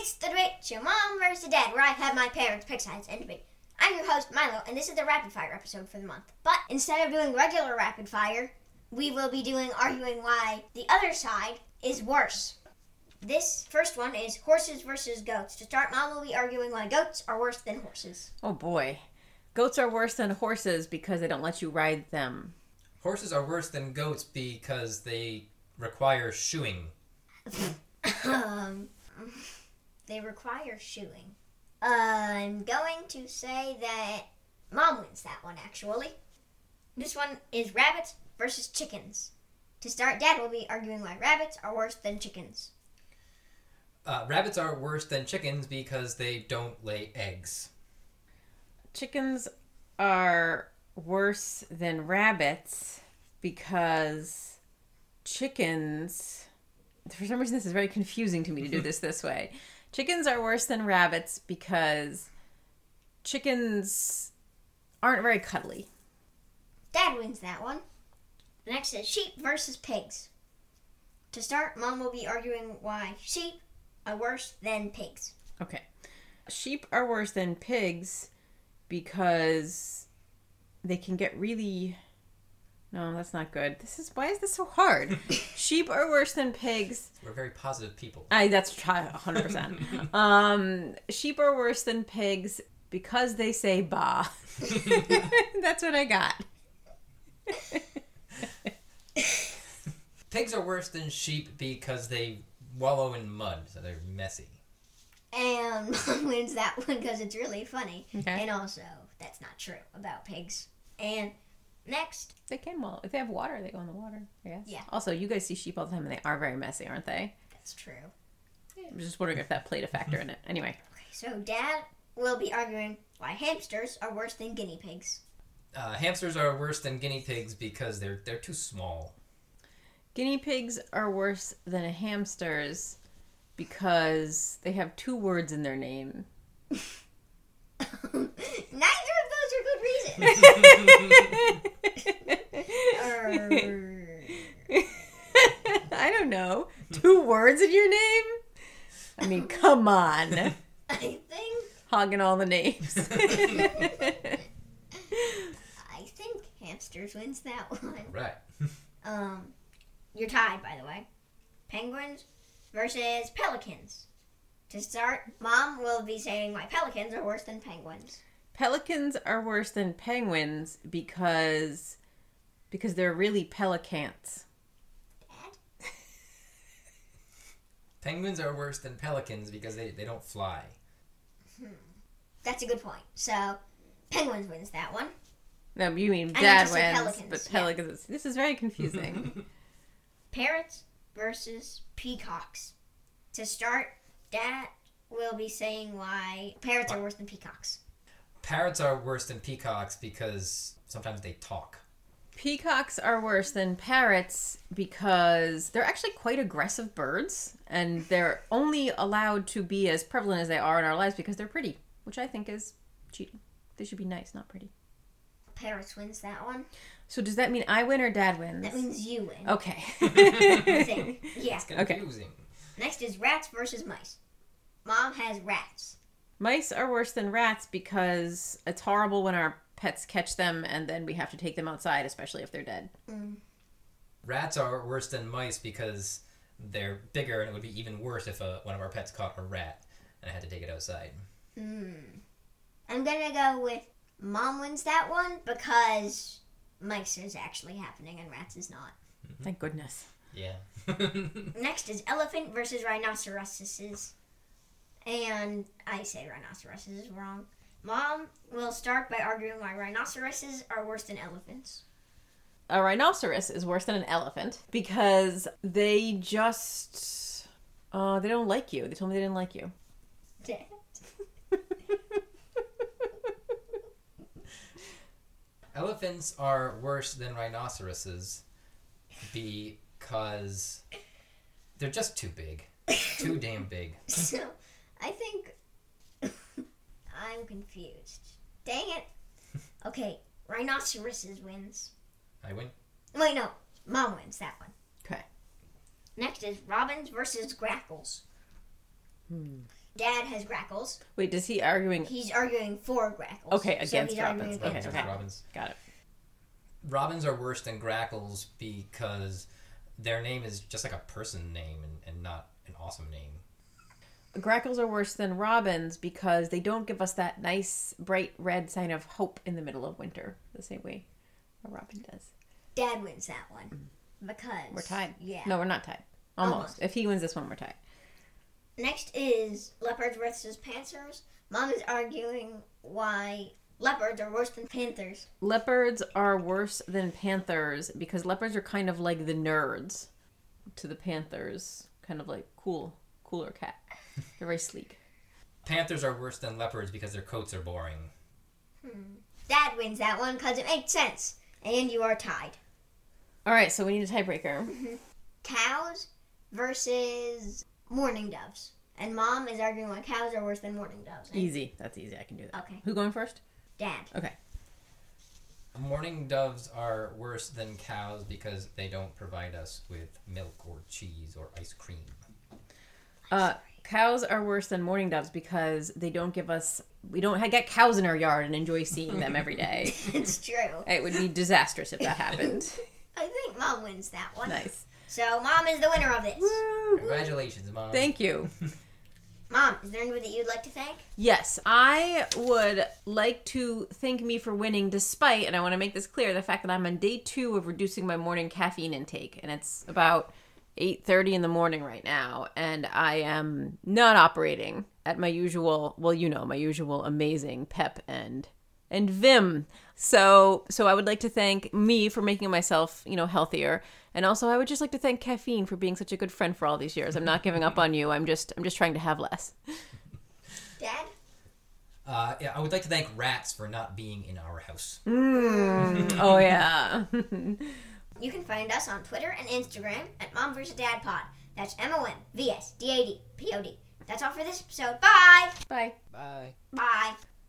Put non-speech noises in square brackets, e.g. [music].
It's your mom versus your dad, where I've had my parents pick sides and debate. I'm your host, Milo, and this is the rapid fire episode for the month. But instead of doing regular rapid fire, we will be doing arguing why the other side is worse. This first one is horses versus goats. To start, Mom will be arguing why goats are worse than horses. Oh boy. Goats are worse than horses because they don't let you ride them. Horses are worse than goats because they require shoeing. um, [laughs] they require shoeing. I'm going to say that mom wins that one, actually. This one is rabbits versus chickens. To start, Dad will be arguing why rabbits are worse than chickens. Uh, rabbits are worse than chickens because they don't lay eggs. Chickens are worse than rabbits because chickens for some reason this is very confusing to me to do this this way. Chickens are worse than rabbits because chickens aren't very cuddly. Dad wins that one. The next is sheep versus pigs. To start, mom will be arguing why sheep are worse than pigs. Okay. Sheep are worse than pigs because they can get really No, that's not good. This is why is this so hard? Sheep are worse than pigs. We're very positive people. I that's try- 100%. um sheep are worse than pigs because they say bah. [laughs] that's what I got. Pigs are worse than sheep because they wallow in mud, so they're messy. And [laughs] mom wins that one because it's really funny. Okay. And also, that's not true about pigs. And next, They can wallow. If they have water, they go in the water, I guess. Yeah. Also, you guys see sheep all the time and they are very messy, aren't they? that's true. I'm just wondering if that played a factor in it. Anyway, So Dad will be arguing why hamsters are worse than guinea pigs. [laughs] Uh, hamsters are worse than guinea pigs because they're they're too small. guinea pigs are worse than hamsters because they have two words in their name. [laughs] Neither of those are good [laughs] reasons. Err. I don't know. Two words in your name? I mean, come on. I think Hogging all the names. [laughs] I think hamsters wins that [laughs] one. Right. Um, you're tied, by the way. Penguins versus pelicans. To start, Mom will be saying why pelicans are worse than penguins. Pelicans are worse than penguins because because they're really pelicans. Dad, Penguins are worse than pelicans because they, they don't fly. that's a good point. So, penguins wins that one. No, you mean I dad just said wins, pelicans, but yeah. pelicans. This is very confusing. Parrots versus peacocks. To start, Dad will be saying why parrots are worse than peacocks. Parrots are worse than peacocks because sometimes they talk. Peacocks are worse than parrots because they're actually quite aggressive birds, and they're only allowed to be as prevalent as they are in our lives because they're pretty, which I think is cheating. They should be nice, not pretty. Parrots wins that one. So does that mean I win or dad wins? That means you win. okay. [laughs] I think. Yeah. Okay. Confusing. Next is rats versus mice. Mom has rats. Mice are worse than rats because it's horrible when our pets catch them and then we have to take them outside, especially if they're dead. Rats are worse than mice because they're bigger, and it would be even worse if uh one of our pets caught a rat and I had to take it outside. I'm gonna go with mom wins that one because mice is actually happening and rats is not. Thank goodness. Yeah. Next is elephant versus rhinoceroses. And I say rhinoceroses is wrong. Mom will start by arguing why rhinoceroses are worse than elephants. A rhinoceros is worse than an elephant because they just uh, they don't like you. They told me they didn't like you. Elephants are worse than rhinoceroses because they're just too big. [laughs] Too damn big. [laughs] so I think [laughs] I'm confused. Dang it. Okay, rhinoceroses wins. I win. Wait, no, mom wins that one. Okay. Next is robins versus grackles. Dad has grackles. Wait, does he arguing? He's arguing for grackles. Okay, he's against arguing Robins. for- Okay, Robins, okay. Robins. Got it. Robins are worse than grackles because their name is just like a person name and, and not an awesome name. Grackles are worse than robins because they don't give us that nice bright red sign of hope in the middle of winter, the same way a robin does. Dad wins that one because We're tied. Yeah. No, we're not tied. Almost. Almost. If he wins this one, we're tied. Next is leopards versus panthers. Mom is arguing why leopards are worse than panthers. Leopards are worse than panthers because leopards are kind of like the nerds to the panthers, kind of like cool, cooler cat. They're very sleek. Panthers are worse than leopards because their coats are boring. Dad wins that one because it makes sense, and you are tied. All right, so we need a tiebreaker. Cows versus mourning doves, and Mom is arguing why cows are worse than mourning doves. And Easy. That's easy. I can do that. Okay. Who going first? Dad. [laughs] Mourning doves are worse than cows because they don't provide us with milk or cheese or ice cream. Uh, cows are worse than mourning doves because they don't give us. We don't ha- get cows in our yard and enjoy seeing them every day. it's true. it would be disastrous if that happened. I think Mom wins that one. nice. So Mom is the winner of this. Congratulations, mom. Thank you. Mom, is there anybody that you'd like to thank? Yes, I would like to thank me for winning, despite, and I want to make this clear, the fact that I'm on day two of reducing my morning caffeine intake, and it's about 8.30 in the morning right now, and I am not operating at my usual, well, you know, my usual amazing pep and and vim. So, so I would like to thank me for making myself, you know, healthier, and also I would just like to thank caffeine for being such a good friend for all these years. I'm not giving up on you. I'm just, I'm just trying to have less. Dad? Uh, yeah, I would like to thank rats for not being in our house. oh yeah. You can find us on Twitter and Instagram at Mom vs. Dad Pod. That's M O M V S D A D P O D. That's all for this episode. Bye! Bye. Bye. Bye!